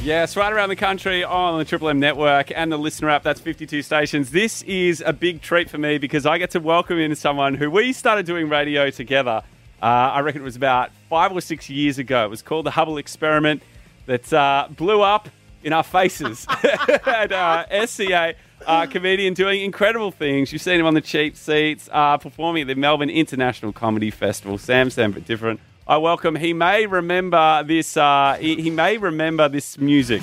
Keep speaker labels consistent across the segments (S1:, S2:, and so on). S1: Yes, right around the country on the Triple M network and the listener app. That's 52 stations. This is a big treat for me because I get to welcome in someone who we started doing radio together. Uh, I reckon it was about five or six years ago. It was called the Hubble Experiment that uh, blew up in our faces. and uh, SCA, uh, comedian doing incredible things. You've seen him on the cheap seats, uh, performing at the Melbourne International Comedy Festival. Sam, Sam, but different. I welcome. He may remember this. Uh, he, he may remember this music.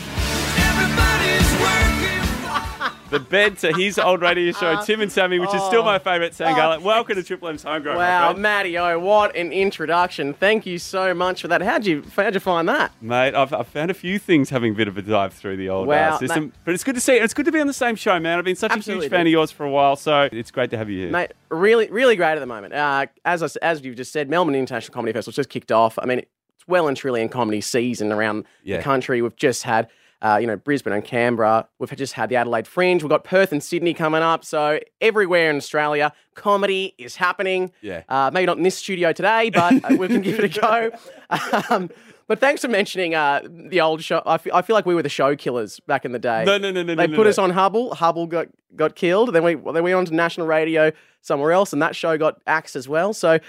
S1: The bed to his old radio show,
S2: Uh,
S1: Tim and Sammy, which is still my favourite. Sam Garlick, welcome to Triple M's Homegrown. my
S2: oh. Wow,
S1: friend.
S2: Matty O, what an introduction. Thank you so much for that. How'd you, how'd you find that?
S1: Mate, I've, I've found a few things having a bit of a dive through the old
S2: Wow,
S1: uh, system. But it's good to see you. It's good to be on the same show, man. I've been such a
S2: Absolutely,
S1: huge fan
S2: dude.
S1: of yours for a while, so it's great to have you here.
S2: Mate, really, really great at the moment. Uh, as, I s as you've just said, Melbourne International Comedy Festival's just kicked off. I mean, it's well and truly in comedy season around
S1: Yeah.
S2: the country. We've just had, uh, you know, Brisbane and Canberra. We've just had the Adelaide Fringe. We've got Perth and Sydney coming up. So everywhere in Australia, comedy is happening.
S1: Yeah.
S2: Uh, maybe not in this studio today, but uh, we can give it a go. Um, but thanks for mentioning uh, the old show. I fe- I feel like we were the show killers back in the day.
S1: No, no, no, no,
S2: They
S1: no,
S2: put
S1: no.
S2: us on Hubble. Hubble got got killed. Then we then we went on to national radio somewhere else, and that show got axed as well. So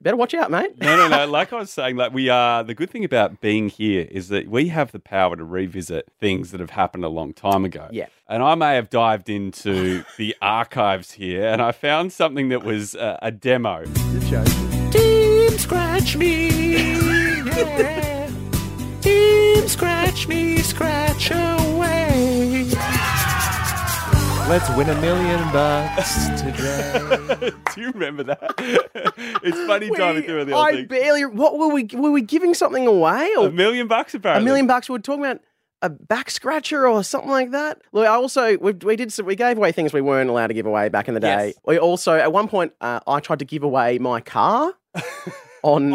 S2: better watch out, mate.
S1: no, no, no. Like I was saying, like we are the good thing about being here is that we have the power to revisit things that have happened a long time ago.
S2: Yeah.
S1: And I may have dived into the archives here, and I found something that was uh, a demo.
S3: Team scratch me. Team scratch me, scratch away. Let's win a million bucks today.
S1: Do you remember that? it's funny diving through the old
S2: I
S1: thing.
S2: barely. What were we? Were we giving something away?
S1: a
S2: Or
S1: million bucks
S2: a
S1: apparently.
S2: million bucks. We were talking about a back scratcher or something like that. Look, I also we, we did some, we gave away things we weren't allowed to give away back in the day.
S1: Yes.
S2: We also at one point uh, I tried to give away my car on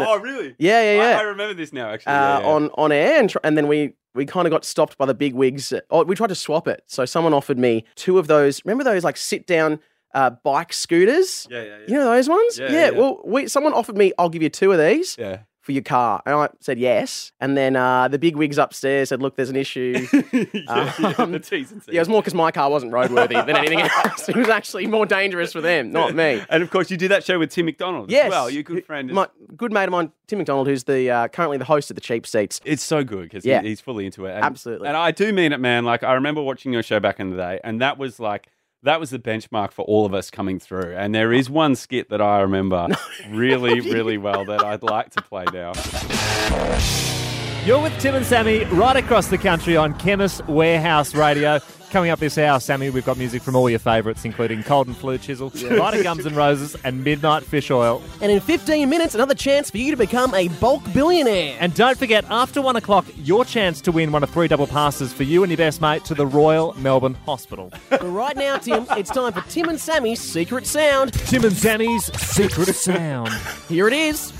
S1: Oh, really?
S2: yeah yeah
S1: I,
S2: yeah,
S1: I remember this now, actually. Yeah,
S2: uh,
S1: yeah.
S2: on on air and, tr- and then we. We kind of got stopped by the big wigs. Oh, we tried to swap it. So someone offered me two of those. Remember those like sit down uh, bike scooters?
S1: Yeah, yeah, yeah.
S2: You know those ones?
S1: Yeah, yeah.
S2: Well, we, someone offered me. I'll give you two of these
S1: yeah.
S2: for your car, and I said yes. And then uh, the big wigs upstairs said, "Look, there's an issue."
S1: yeah, yeah,
S2: Um,
S1: the T's and C's.
S2: Yeah, it was more because my car wasn't roadworthy than anything else. It was actually more dangerous for them, not me.
S1: And of course, you did that show with Tim McDonald
S2: Yes.
S1: as well. Your good friend. is-
S2: My good mate of mine, Tim McDonald, who's the uh, currently the host of the Cheap Seats.
S1: It's so good because
S2: Yeah.
S1: he's fully into it. And,
S2: Absolutely.
S1: And I do mean it, man. Like, I remember watching your show back in the day, and that was like, that was the benchmark for all of us coming through. And there is one skit that I remember really, really well that I'd like to play now.
S2: Oh
S3: You're with Tim and Sammy right across the country on Chemist Warehouse Radio. Coming up this hour, Sammy, we've got music from all your favourites, including Cold and Flu Chisel, Lighter Gums and Roses, and Midnight Fish Oil.
S2: And in 15 minutes, another chance for you to become a bulk billionaire.
S3: And don't forget, after one o'clock, your chance to win one of three double passes for you and your best mate to the Royal Melbourne Hospital.
S2: right now, Tim, it's time for Tim and Sammy's Secret Sound.
S3: Tim and Sammy's Secret Sound.
S2: Here it is.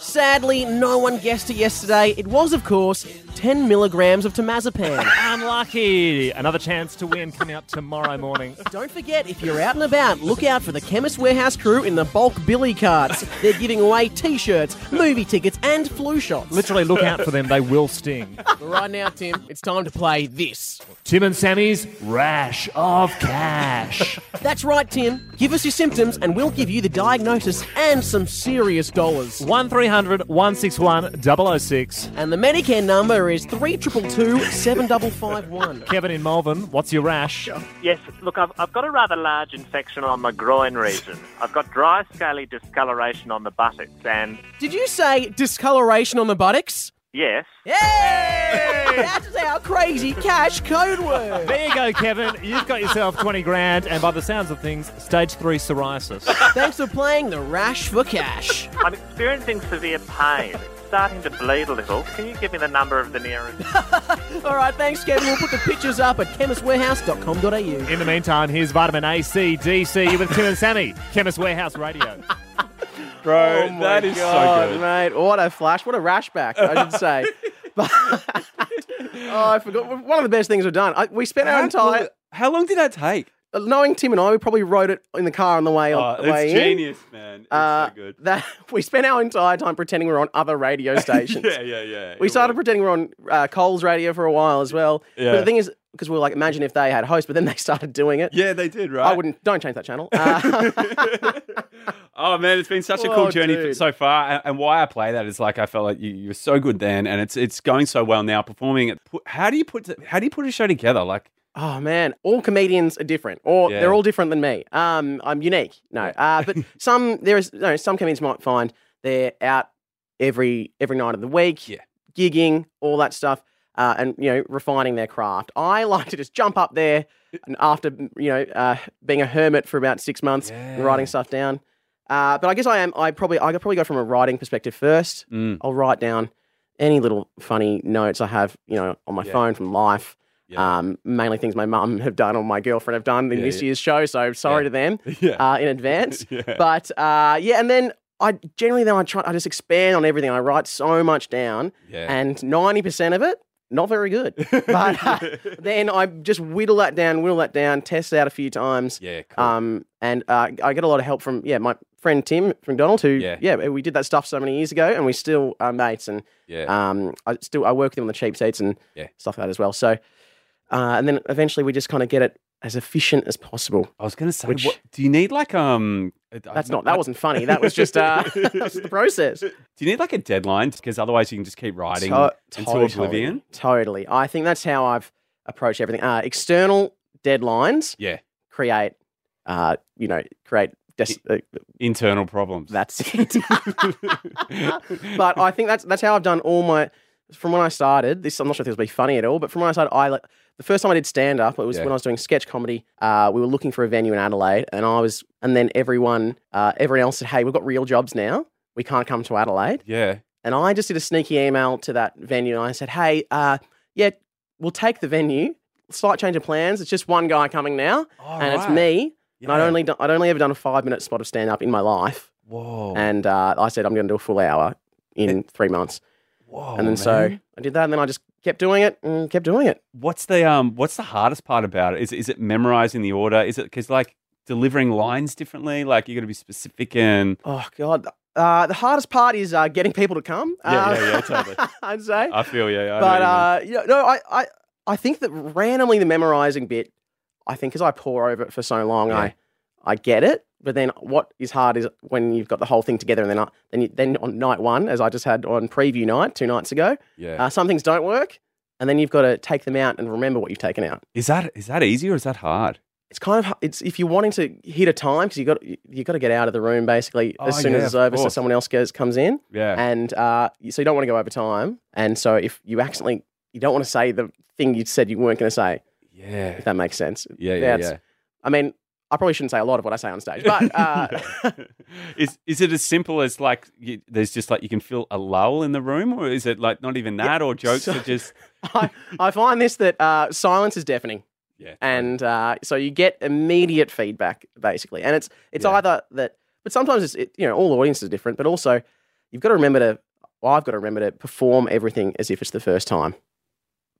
S2: Sadly, no one guessed it yesterday. It was, of course, 10 milligrams of temazepam.
S3: Unlucky. Another chance to win coming up tomorrow morning.
S2: Don't forget, if you're out and about, look out for the Chemist Warehouse crew in the bulk billy carts. They're giving away t shirts, movie tickets, and flu shots.
S3: Literally look out for them, they will sting.
S2: Right now, Tim, it's time to play this.
S3: Tim and Sammy's Rash of Cash.
S2: That's right, Tim. Give us your symptoms, and we'll give you the diagnosis and some serious dollars.
S3: 1300 161 006.
S2: And the Medicare number is 322 7551.
S3: Kevin in Malvern, what's your rash?
S4: Yes, look, I've, I've got a rather large infection on my groin region. I've got dry, scaly discoloration on the buttocks, and
S2: Did you say discoloration on the buttocks?
S4: yes,
S2: Yay! That's our crazy cash code word.
S3: There you go, Kevin. You've got yourself 20 grand, and by the sounds of things, stage three psoriasis.
S2: Thanks for playing the Rash for Cash.
S4: I'm experiencing severe pain. It's starting to bleed a little. Can you give me the number of the nearest?
S2: All right, thanks, Kevin. We'll put the pictures up at chemistwarehouse.com.au.
S3: In the meantime, here's vitamin A, C, D, C. You're with Tim and Sammy, Chemist Warehouse Radio.
S1: Bro, that is so good.
S2: mate! What a flash! What a rash back! I should say. But- oh, I forgot. One of the best things we've done. I, we spent our
S1: How-
S2: entire.
S1: How long did that take?
S2: knowing Tim and I, we probably wrote it in the car on the way on
S1: Oh,
S2: the way
S1: it's
S2: in.
S1: genius, man. It's
S2: Uh,
S1: so good.
S2: That we spent our entire time pretending we were on other radio stations.
S1: Yeah, yeah, yeah.
S2: We
S1: It
S2: started
S1: was.
S2: pretending we were on uh, Coles radio for a while as well. But
S1: Yeah.
S2: the thing is, because we were like, imagine if they had hosts, but then they started doing it.
S1: Yeah, they did, right?
S2: I wouldn't. Don't change that channel. Uh,
S1: oh man, it's been such a
S2: Oh,
S1: cool journey
S2: dude.
S1: so far. And, and why I play that is like I felt like you, you were so good then, and it's it's going so well now. Performing it, Pu- how do you put how do you put a show together? Like
S2: oh man, all comedians are different, or
S1: Yeah.
S2: they're all different than me. Um, I'm unique. No, uh, but some there is. No, some comedians might find they're out every every night of the week,
S1: Yeah.
S2: gigging, all that stuff. Uh, and you know, refining their craft. I like to just jump up there, and after you know, uh, being a hermit for about six months, and
S1: Yeah.
S2: writing stuff down. Uh, but I guess I am. I probably I could probably go from a writing perspective first.
S1: Mm.
S2: I'll write down any little funny notes I have, you know, on my
S1: Yeah.
S2: phone from life.
S1: Yeah.
S2: Um, mainly things my mum have done or my girlfriend have done in
S1: Yeah,
S2: this
S1: yeah.
S2: year's show. So sorry
S1: Yeah.
S2: to them
S1: yeah,
S2: uh, in advance.
S1: yeah,
S2: But uh, yeah, and then I generally then I try I just expand on everything. I write so much down,
S1: yeah.
S2: and ninety percent of it not very good. But uh, then I just whittle that down, whittle that down, test it out a few times.
S1: yeah, cool.
S2: Um, and uh, I get a lot of help from yeah my friend Tim McDonald who
S1: Yeah.
S2: we did that stuff so many years ago and we still are mates and
S1: yeah,
S2: um I still I work with him on the cheap seats and
S1: Yeah.
S2: stuff like that as well so uh, and then eventually we just kind of get it as efficient as possible
S1: I was gonna say,
S2: which-
S1: what, do you need like um?
S2: that's not that wasn't funny that was just uh that was the process
S1: Do you need like a deadline? Because otherwise, you can just keep writing
S2: To-
S1: until oblivion.
S2: totally I think that's how I've approached everything uh external deadlines
S1: Yeah.
S2: create uh you know create des- uh,
S1: Internal problems.
S2: that's it. but I think that's that's how I've done all my from when I started. This I'm not sure if this will be funny at all, but from when I started, I like, the first time I did stand up, it was
S1: Yeah.
S2: when I was doing sketch comedy. Uh, we were looking for a venue in Adelaide, and I was, and then everyone, uh, everyone else said, "Hey, we've got real jobs now. We can't come to Adelaide."
S1: yeah,
S2: And I just did a sneaky email to that venue, and I said, "Hey, uh, yeah, we'll take the venue. Slight change of plans. It's just one guy coming now, and it's me." And I'd
S1: Yeah.
S2: only done, I'd only ever done a five minute spot of stand up in my life.
S1: Whoa,
S2: And uh, I said, I'm going to do a full hour in three months.
S1: whoa,
S2: and then so
S1: Eh, oh, man.
S2: I did that. And then I just kept doing it and kept doing it.
S1: what's the um what's the hardest part about it is is it memorizing the order is it because like delivering lines differently like you got to be specific and
S2: Oh, God. Uh, the hardest part is uh, getting people to come.
S1: Yeah,
S2: uh,
S1: yeah, yeah, totally.
S2: I'd say.
S1: i feel yeah I
S2: but uh, you know, no, I, I, I think that randomly the memorizing bit, I think because I pore over it for so long,
S1: Yeah.
S2: I, I get it. But then what is hard is when you've got the whole thing together, and then I, then you, then on night one, as I just had on preview night two nights ago,
S1: yeah
S2: uh, some things don't work, and then you've got to take them out and remember what you've taken out.
S1: is that is that easy or is that hard
S2: it's kind of it's if you're wanting to hit a time because you got you got to get out of the room basically
S1: Oh,
S2: as soon
S1: yeah,
S2: as it's
S1: of
S2: over, so
S1: course.
S2: someone else goes comes in,
S1: yeah
S2: and uh, so you don't want to go over time, and so if you accidentally you don't want to say the thing you said you weren't going to say,
S1: yeah
S2: if that makes sense.
S1: yeah yeah
S2: that's-
S1: yeah
S2: I mean, I probably shouldn't say a lot of what I say on stage, but uh,
S1: is is it as simple as like you, there's just like you can feel a lull in the room or is it like not even that or jokes
S2: so-
S1: are just
S2: I, I find this that uh, silence is deafening.
S1: yeah
S2: and uh, so you get immediate feedback basically and it's it's
S1: Yeah.
S2: either that but sometimes it's it, you know all audiences are different but also you've got to remember to well, i've got to remember to perform everything as if it's the first time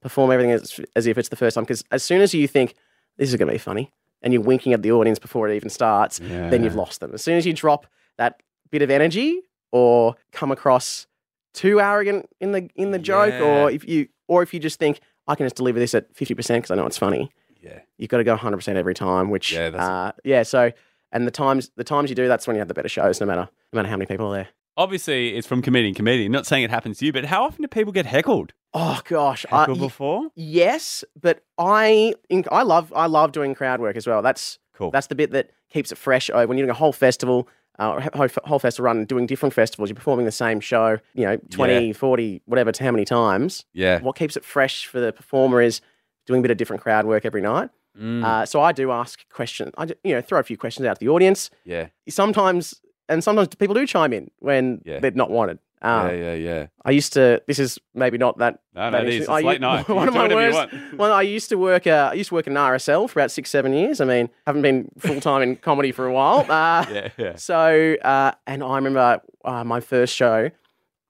S2: perform everything as, as if it's the first time because as soon as you think this is going to be funny and you're winking at the audience before it even starts then you've
S1: Yeah.
S2: lost them as soon as you drop that bit of energy or come across too arrogant in the in the joke or if you or if you just think i can just deliver this at 50% because i know it's funny
S1: yeah
S2: you've got to go 100% every time which
S1: Yeah, that's-
S2: uh, yeah so and the times the times you do that's when you have the better shows no matter no matter how many people are there
S1: obviously it's from comedian to comedian not saying it happens to you but how often do people get heckled
S2: oh gosh I-
S1: heckled before
S2: yes but i in, i love i love doing crowd work as well that's
S1: cool
S2: that's the bit that keeps it fresh oh, when you're doing a whole festival uh, or a whole, whole festival run doing different festivals you're performing the same show you know 20 40 whatever to how many times
S1: yeah
S2: what keeps it fresh for the performer is doing a bit of different crowd work every night
S1: Mm,
S2: uh, so i do ask questions i do, you know throw a few questions out to the audience
S1: yeah
S2: sometimes and sometimes people do chime in when
S1: Yeah.
S2: they're not wanted. Um,
S1: yeah yeah yeah
S2: I used to. This is maybe not that.
S1: No, no,
S2: that
S1: it is.
S2: interesting.
S1: It's
S2: I-
S1: late night.
S2: One
S1: You
S2: of
S1: do
S2: my
S1: whatever you
S2: worst.
S1: want.
S2: Well, I used to work. Uh, I used to work in RSL for about six, seven years. I mean, haven't been full time in comedy for a while. Uh,
S1: Yeah, yeah.
S2: So, uh, and I remember uh, my first show.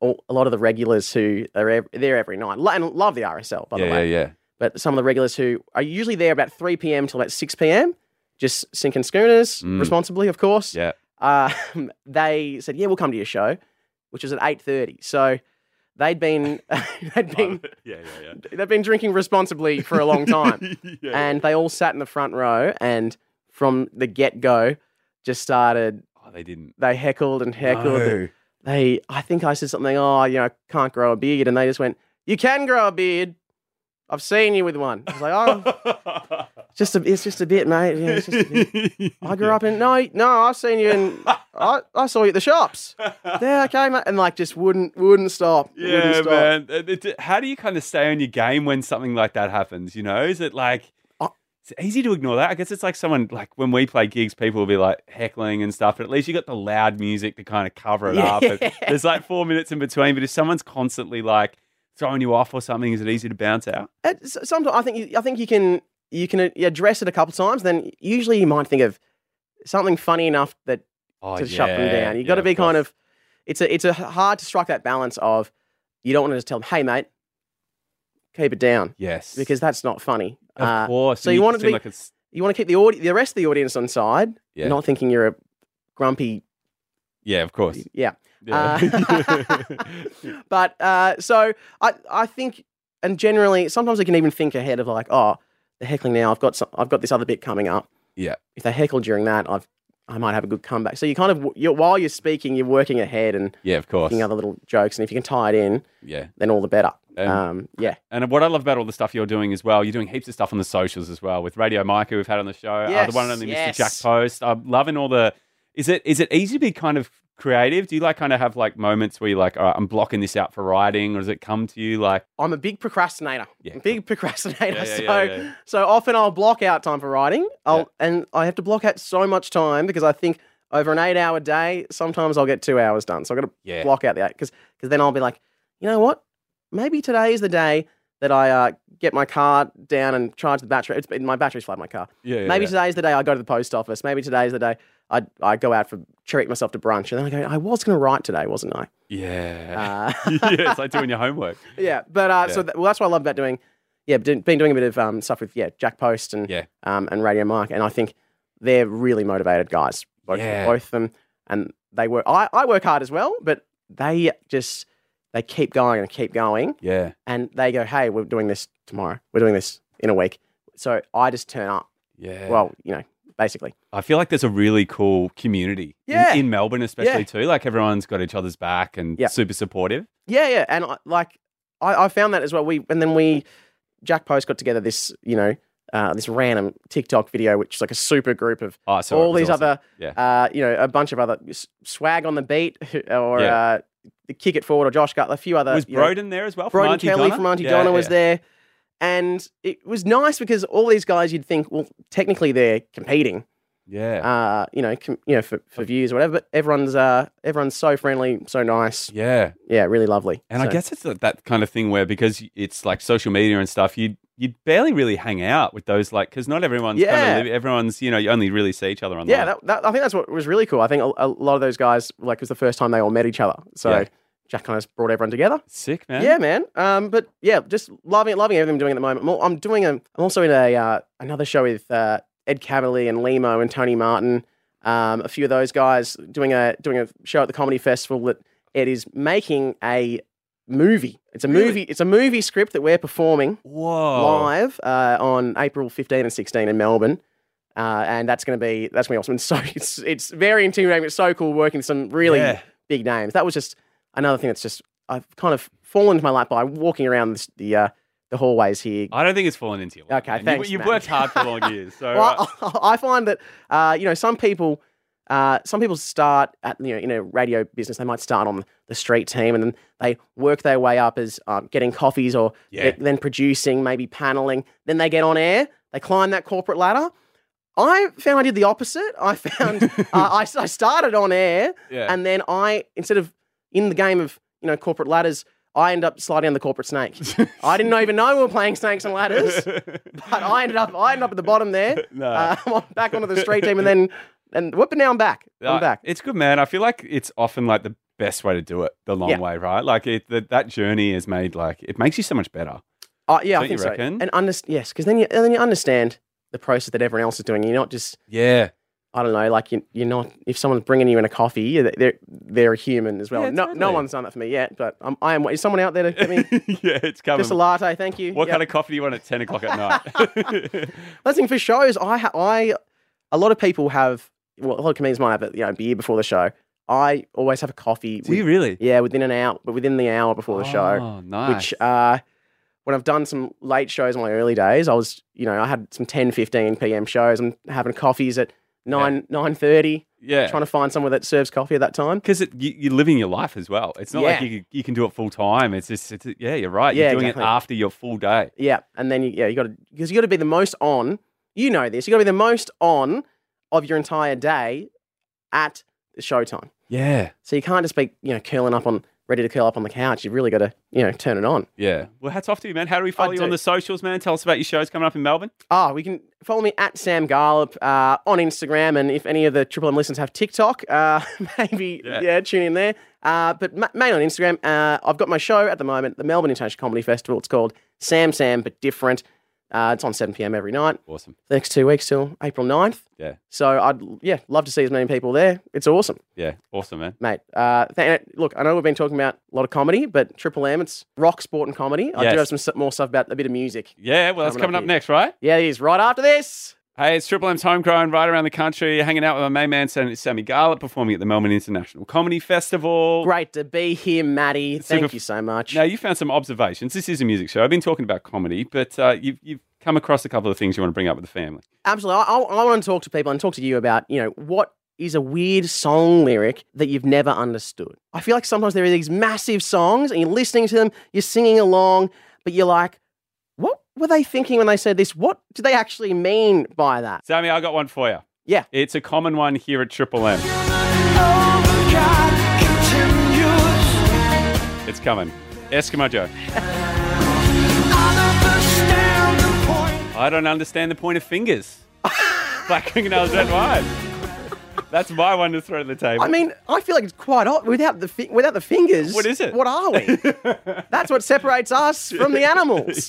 S2: all- A lot of the regulars who are ev- there every night lo- and love the RSL, by the
S1: Yeah,
S2: way.
S1: yeah, yeah.
S2: But some of the regulars who are usually there about 3 p.m. till about 6 p.m. just sinking schooners
S1: Mm.
S2: responsibly, of course.
S1: Yeah.
S2: Um, they said, "Yeah, we'll come to your show," which was at eight thirty. So they'd been they'd been
S1: yeah, yeah,
S2: they've been drinking responsibly for a long time,
S1: yeah. yeah.
S2: and they all sat in the front row and from the get go just started.
S1: oh, they didn't.
S2: They heckled and heckled.
S1: No.
S2: They, I think I said something. Oh, you know, I can't grow a beard, and they just went, "You can grow a beard." I've seen you with one. I was like, oh, just a, it's just a bit, mate. Yeah, it's just a bit. I grew up in no, no. I've seen you in. I, I saw you at the shops. Yeah, okay, mate. And like, just wouldn't wouldn't stop. wouldn't
S1: Yeah,
S2: stop.
S1: man. It- it- how do you kind of stay on your game when something like that happens? You know, is it like
S2: I-
S1: it's easy to ignore that? I guess it's like someone like when we play gigs, people will be like heckling and stuff, but at least you got the loud music to kind of cover it up. And
S2: Yeah.
S1: there's like four minutes in between, but if someone's constantly like throwing you off or something, is it easy to bounce out?
S2: Sometimes I think you, I think you can you can address it a couple times. Then usually you might think of something funny enough that
S1: Oh,
S2: to shut them down. You
S1: yeah,
S2: got to be kind
S1: course.
S2: of it's a it's a hard to strike that balance of you don't want to just tell them, hey, mate, keep it down
S1: yes,
S2: because that's not funny.
S1: of
S2: Uh,
S1: course.
S2: so
S1: and
S2: you
S1: can
S2: want it to
S1: seem
S2: be-
S1: like it's
S2: you want to keep the audi- the rest of the audience on side,
S1: Yeah.
S2: not thinking you're a grumpy.
S1: yeah, of course.
S2: Yeah.
S1: Yeah.
S2: Uh, but uh, so I, I think, and generally, sometimes I can even think ahead of like, oh, the heckling now. I've got some, I've got this other bit coming up.
S1: Yeah.
S2: If they heckle during that, I've I might have a good comeback. So you kind of you're, while you're speaking, you're working ahead and
S1: yeah, of course.
S2: thinking other little jokes, and if you can tie it in,
S1: Yeah.
S2: then all the better.
S1: Um,
S2: um, yeah.
S1: And what I love about all the stuff you're doing as well, you're doing heaps of stuff on the socials as well with Radio Mike, who we've had on the show, uh,
S2: Yes,
S1: the one and only Mr.
S2: yes.
S1: Jack Post. I'm loving all the. Is it is it easy to be kind of creative? Do you like kind of have like moments where you're like, all right, I'm blocking this out for writing, or does it come to you like,
S2: I'm a big procrastinator.
S1: Yeah,
S2: I'm a big procrastinator.
S1: Yeah, yeah,
S2: so,
S1: yeah, yeah.
S2: so often I'll block out time for writing. I'll and I have to block out so much time because I think over an eight-hour day, sometimes I'll get two hours done. So I've got to
S1: yeah,
S2: block out the eight because then I'll be like, you know what? Maybe today is the day that I uh, get my car down and charge the battery. It's, my battery's flat in my car.
S1: yeah, yeah,
S2: Maybe
S1: yeah.
S2: today's the day I go to the post office. Maybe today's the day I I go out for treat myself to brunch. And then I go, I was going to write today, wasn't I?
S1: yeah.
S2: Uh,
S1: yeah, it's like doing your homework.
S2: yeah, but uh,
S1: Yeah.
S2: so that, well, that's what I love about doing. Yeah, been been doing a bit of um, stuff with yeah Jack Post and
S1: Yeah.
S2: um, and Radio Mike, and I think they're really motivated guys. Both,
S1: Yeah.
S2: both of them, and they work. I, I work hard as well, but they just they keep going and keep going,
S1: Yeah,
S2: and they go, hey, we're doing this tomorrow. We're doing this in a week. So I just turn up.
S1: yeah.
S2: Well, you know, basically.
S1: I feel like there's a really cool community in-
S2: Yeah.
S1: in, Melbourne, especially
S2: Yeah.
S1: too. Like everyone's got each other's back and
S2: Yeah.
S1: super supportive.
S2: Yeah, yeah, and I, like I, I found that as well. We and then we Jack Post got together this you know uh, this random TikTok video, which is like a super group of
S1: Oh, so
S2: all these other,
S1: Yeah.
S2: uh, you know, a bunch of other s- swag on the beat or
S1: Yeah.
S2: uh, the kick it forward or Josh Gutler, a few other.
S1: was
S2: you know,
S1: Broden there as well? from
S2: Broden
S1: Auntie
S2: Kelly
S1: Donna?
S2: from Auntie
S1: Yeah,
S2: Donna was
S1: yeah.
S2: there. And it was nice because all these guys you'd think, well, technically they're competing,
S1: Yeah.
S2: uh, you know, com- you know, for, for views or whatever. But everyone's uh, everyone's so friendly, so nice,
S1: yeah.
S2: yeah, really lovely.
S1: And I
S2: So-
S1: guess it's that- that kind of thing where because it's like social media and stuff, you you barely really hang out with those like because not everyone's
S2: Yeah.
S1: kind of live, everyone's you know you only really see each other online.
S2: yeah, that, that, I think that's what was really cool. I think a, a lot of those guys, like, it was the first time they all met each other, so
S1: Yeah.
S2: Jack kind of brought everyone together.
S1: sick man.
S2: Yeah, man. Um, but yeah, just loving it, loving everything I'm doing at the moment. Well, I'm doing a, I'm also in a uh, another show with uh, Ed Cavalier and Limo and Tony Martin, um, a few of those guys doing a doing a show at the comedy festival that Ed is making a movie. It's a
S1: Really?
S2: movie. It's a movie script that we're performing
S1: Whoa.
S2: live uh, on April 15 and 16 in Melbourne. Uh, and that's going to be that's going to be awesome. It's so it's it's very intimidating. It's so cool working with some really
S1: Yeah.
S2: big names. That was just another thing that's just I've kind of fallen to my lap by walking around this, the uh, the hallways here.
S1: I don't think it's fallen into you.
S2: Okay,
S1: man. You-
S2: thanks,
S1: You've
S2: man.
S1: worked hard for long years, so uh,
S2: Well, I, I find that uh, you know some people uh, some people start at you know in a radio business they might start on the street team and then they work their way up as um, getting coffees or
S1: Yeah.
S2: th- then producing maybe paneling then they get on air they climb that corporate ladder. I found I did the opposite. I found uh, I, s- I started on air
S1: yeah.
S2: and then I instead of in the game of you know corporate ladders, I end up sliding down the corporate snake. I didn't even know we were playing snakes and ladders, but I ended up I ended up at the bottom there.
S1: No.
S2: Uh, I'm on- back onto the street team, and then and whoop, and now I'm back. I'm
S1: Uh,
S2: back.
S1: It's good, man. I feel like it's often like the best way to do it, the long
S2: Yeah.
S1: way, right? Like it, that that journey has made like it makes you so much better.
S2: Uh, yeah,
S1: don't
S2: I
S1: you
S2: think so.
S1: reckon?
S2: And under, yes, because then you and then you understand the process that everyone else is doing. You're not just
S1: Yeah.
S2: I don't know, like you, you're not. If someone's bringing you in a coffee, you're- they're they're a human as well.
S1: Yeah,
S2: no, no
S1: totally.
S2: one's done that for me yet, but I'm, I am. Is someone out there to get me
S1: yeah, it's coming.
S2: just a latte? Thank you.
S1: What
S2: Yeah.
S1: kind of coffee do you want at 10 o'clock at night?
S2: That's the thing for shows. I ha- I a lot of people have well, a lot of comedians might have a you know beer before the show. I always have a coffee. with-
S1: really?
S2: Yeah, within an hour, but within the hour before the show.
S1: Oh, nice.
S2: Which uh, when I've done some late shows in my early days, I was you know I had some 10, 15 p.m. shows. I'm having coffees at nine nine thirty,
S1: yeah.
S2: trying to find somewhere that serves coffee at that time.
S1: Because you, you're living your life as well. It's not like
S2: Yeah.
S1: you, you can do it full time. It's just, it's, yeah, you're right.
S2: Yeah,
S1: you're doing
S2: exactly.
S1: it after your full day.
S2: Yeah, and then you, yeah, you got to because you got to be the most on. You know this. You got to be the most on of your entire day at the show time.
S1: Yeah.
S2: So you can't just be you know curling up on ready to curl up on the couch. You've really got to you know turn it on.
S1: Yeah. Well, hats off to you, man. How do we follow you
S2: do.
S1: on the socials, man? Tell us about your shows coming up in Melbourne.
S2: Ah, we can follow me at Sam Garlop uh, on Instagram, and if any of the Triple M listeners have TikTok, uh, maybe
S1: Yeah.
S2: yeah. tune in there. Uh, but ma- mainly on Instagram, uh, I've got my show at the moment, the Melbourne International Comedy Festival. It's called Sam Sam but Different. Uh, it's on 7 p.m. every night.
S1: Awesome.
S2: the next two weeks till April 9th.
S1: Yeah.
S2: So I'd yeah love to see as many people there. It's awesome,
S1: Yeah. Awesome, man.
S2: mate. Uh, th- look, I know we've been talking about a lot of comedy, but Triple M, it's rock, sport, and comedy. I
S1: Yes.
S2: do have some s- more stuff about a bit of music.
S1: Yeah. Well, that's coming
S2: Coming up
S1: up
S2: here.
S1: next, right?
S2: Yeah, it is right after this.
S1: Hey, it's Triple M's homegrown right around the country, hanging out with my main man, Sam- Sammy Garlett, performing at the Melbourne International Comedy Festival.
S2: Great to be here, Maddie.
S1: super
S2: Thank
S1: f-
S2: you so much.
S1: Now, you found some observations. This is a music show. I've been talking about comedy, but uh, you've, you've come across a couple of things you want to bring up with the family.
S2: Absolutely. I, I, I want to talk to people and talk to you about you know what is a weird song lyric that you've never understood. I feel like sometimes there are these massive songs and you're listening to them, you're singing along, but you're like, what were they thinking when they said this? What do they actually mean by that?
S1: Sammy, I got one for you.
S2: Yeah.
S1: It's a common one here at Triple M. It's coming. Eskimo Joe. I don't understand the point of fingers. Black fingernails red wine. That's my one to throw to the table.
S2: I mean, I feel like it's quite odd without the fi- without the fingers.
S1: What is it?
S2: What are we? That's what separates us from the animals.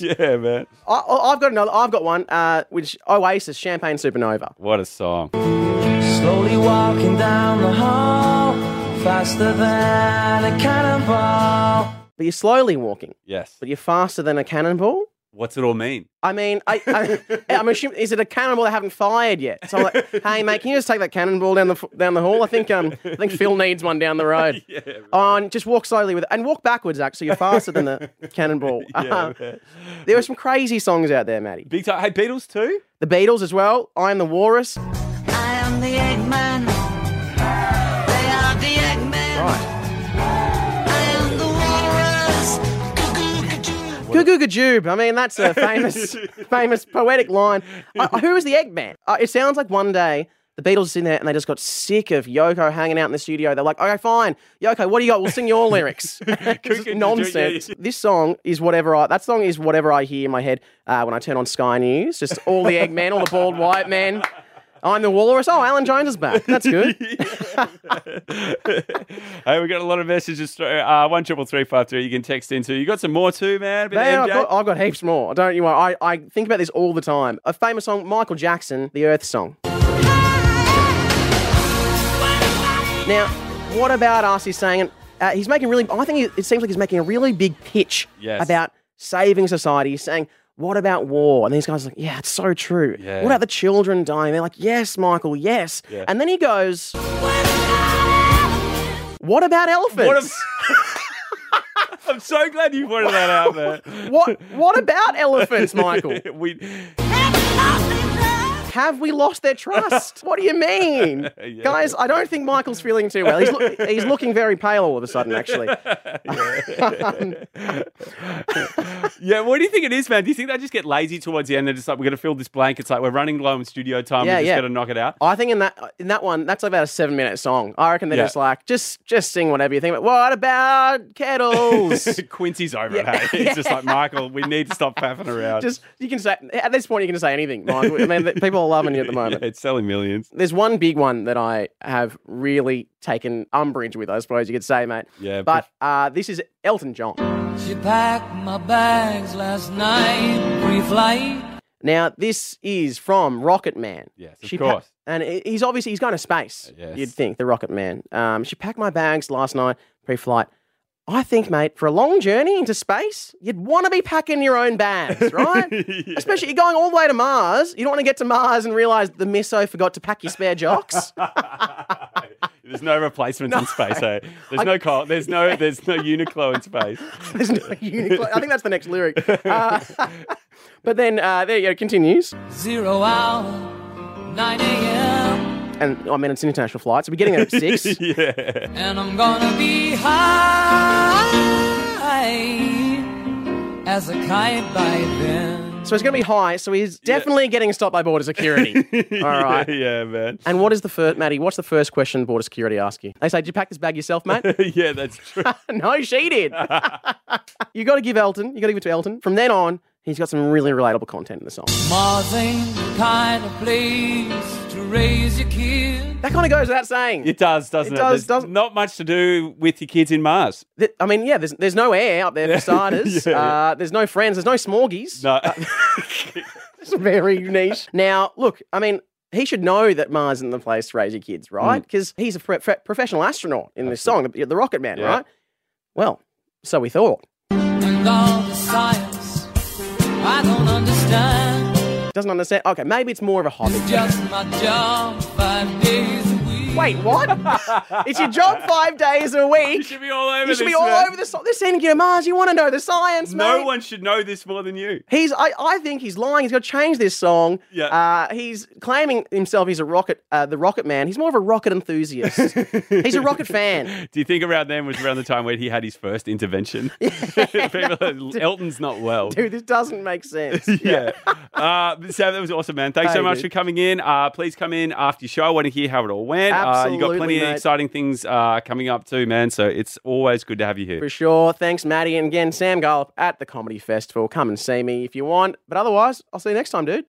S1: yeah, man.
S2: I, I- I've got another. I've got one, uh, which Oasis, Champagne Supernova.
S1: What a song.
S5: Slowly walking down the hall, faster than a cannonball.
S2: But you're slowly walking,
S1: Yes.
S2: but you're faster than a cannonball.
S1: What's it all mean?
S2: I mean, I, I, I'm assuming is it a cannonball they haven't fired yet? So I'm like, hey mate, can you just take that cannonball down the f- down the hall? I think um, I think Phil needs one down the road.
S1: Yeah.
S2: On just walk slowly with it and walk backwards. Actually, you're faster than the cannonball. Uh,
S1: man.
S2: there are some crazy songs out there, Matty.
S1: Big time. Hey, Beatles too?
S2: The Beatles as well. I am the Walrus.
S6: I am the Eggman. They are the Eggman.
S2: Right.
S6: I am the Walrus. Cuckoo,
S2: Goo Goo Gajoob. I mean, that's a famous famous poetic line. Uh, who is the Eggman? Uh, it sounds like one day. The Beatles are sitting there and they just got sick of Yoko hanging out in the studio. They're like, okay, fine. Yoko, what do you got? We'll sing your lyrics. It's
S1: Cuckoo,
S2: just nonsense.
S1: yeah,
S2: This song is whatever I. That song is whatever I hear in my head uh, when I turn on Sky News. Just all the Eggman, all the bald white men. I'm the walrus. Oh, Alan Jones is back. That's good.
S1: hey, we got a lot of messages through. Uh, one triple three five three. You can text into. You got some more too, man. A bit of
S2: Man, I've
S1: MJ.
S2: got, I've got heaps more. Don't you worry. I, I think about this all the time. A famous song, Michael Jackson, the Earth Song. Now, what about us? He's saying uh, he's making really. I think he, it seems like he's making a really big pitch
S1: Yes.
S2: about saving society. He's saying, "What about war?" And these guys are like, "Yeah, it's so true.
S1: Yeah.
S2: What about the children dying?" They're like, "Yes, Michael, yes."
S1: Yeah.
S2: And then he goes, "What about elephants?"
S1: What I'm so glad you pointed that out, man.
S2: what, what about elephants, Michael?
S1: we,
S2: Have we lost their trust? what do you mean?
S1: Yeah.
S2: Guys, I don't think Michael's feeling too well. He's, look he's looking very pale all of a sudden, actually.
S1: yeah, what do you think it is, man? Do you think they just get lazy towards the end? They're just like, we're going to fill this blank. It's like we're running low on studio time.
S2: Yeah,
S1: we just
S2: yeah.
S1: got to knock it out.
S2: I think in that in that one, that's about a seven minute song. I reckon they're
S1: Yeah.
S2: just like, just just sing whatever you think. But what about kettles?
S1: Quincy's over it. Hey, he's just like Michael. We need to stop faffing around.
S2: just you can say at this point you can say anything, Michael. I mean, the- people are loving you at the moment.
S1: Yeah, it's selling millions.
S2: There's one big one that I have really taken umbrage with, I suppose you could say, mate.
S1: Yeah,
S2: But uh, this is Elton John.
S5: She packed my bags last night, pre flight.
S2: Now, this is from Rocket Man.
S1: Yes, of
S2: She pa-
S1: course. Uh,
S2: and he- he's obviously he's going to space.
S1: Yes.
S2: You'd think the Rocket Man. Um, she packed my bags last night pre-flight. I think, mate, for a long journey into space, you'd want to be packing your own bags, right? Especially you're going all the way to Mars. You don't want to get to Mars and realize the miso forgot to pack your spare jocks.
S1: There's no replacements in space. eh? There's no Col- There's no. There's no Uniqlo in space.
S2: There's no Uniqlo. I think that's the next lyric. Uh, but then uh, there you go. Continues.
S5: Zero hour, 9 a.m.
S2: And I mean, it's an international flight, so we're getting there at six.
S1: yeah.
S5: And I'm gonna be high as a kite by then.
S2: So it's going to be high. So he's definitely getting stopped by border security. All right.
S1: Yeah, yeah, man.
S2: And what is the first, Maddie? What's the first question border security ask you? They say, "Did you pack this bag yourself, mate?"
S1: yeah, that's true.
S2: no, she did. you got to give Elton. You got to give it to Elton. From then on, he's got some really relatable content in the song.
S5: Mars ain't the kind of place to raise your kid.
S2: That kind of goes without saying.
S1: It does, doesn't it?
S2: does,
S1: There's
S2: doesn't-
S1: Not much to do with your kids in Mars.
S2: Th- I mean, yeah. There's there's no air up there for starters.
S1: Yeah.
S2: uh, there's no friends. There's no smorgies.
S1: No.
S2: It's very niche. Now, look. I mean. He should know that Mars isn't the place to raise your kids,
S1: Mm.
S2: right? Because he's a pro- pro- professional astronaut in this song, the, the Rocket Man,
S1: Yeah.
S2: right? Well, so we thought.
S5: And all the science I don't understand.
S2: Doesn't understand. Okay, maybe it's more of a hobby.
S5: It's just my job five days a week.
S2: Wait, what? it's your job five days a
S1: you
S2: week.
S1: should be all over
S2: You should be
S1: this,
S2: all
S1: man.
S2: over this. This scene to Mars. You want to know the science,
S1: No
S2: mate?
S1: one should know this more than you.
S2: He's. I, I. think he's lying. He's got to change this song.
S1: Yeah.
S2: Uh, he's claiming himself. He's a rocket. Uh, the rocket man. He's more of a rocket enthusiast. he's a rocket fan.
S1: Do you think around then was around the time where he had his first intervention? People are- Elton's not well.
S2: Dude, this doesn't make sense.
S1: Yeah. uh, Sam, that was awesome, man. Thanks
S2: Hey,
S1: so much
S2: dude.
S1: for coming in. Uh, please come in after your show. I want to hear how it all went. uh, you got
S2: Absolutely,
S1: plenty of
S2: mate.
S1: exciting things uh, coming up too, man. So it's always good to have you
S2: For
S1: here.
S2: sure. Thanks, Maddie. And again, Sam Gallop at the Comedy Festival. Come and see me if you want. But otherwise, I'll see you next time, dude.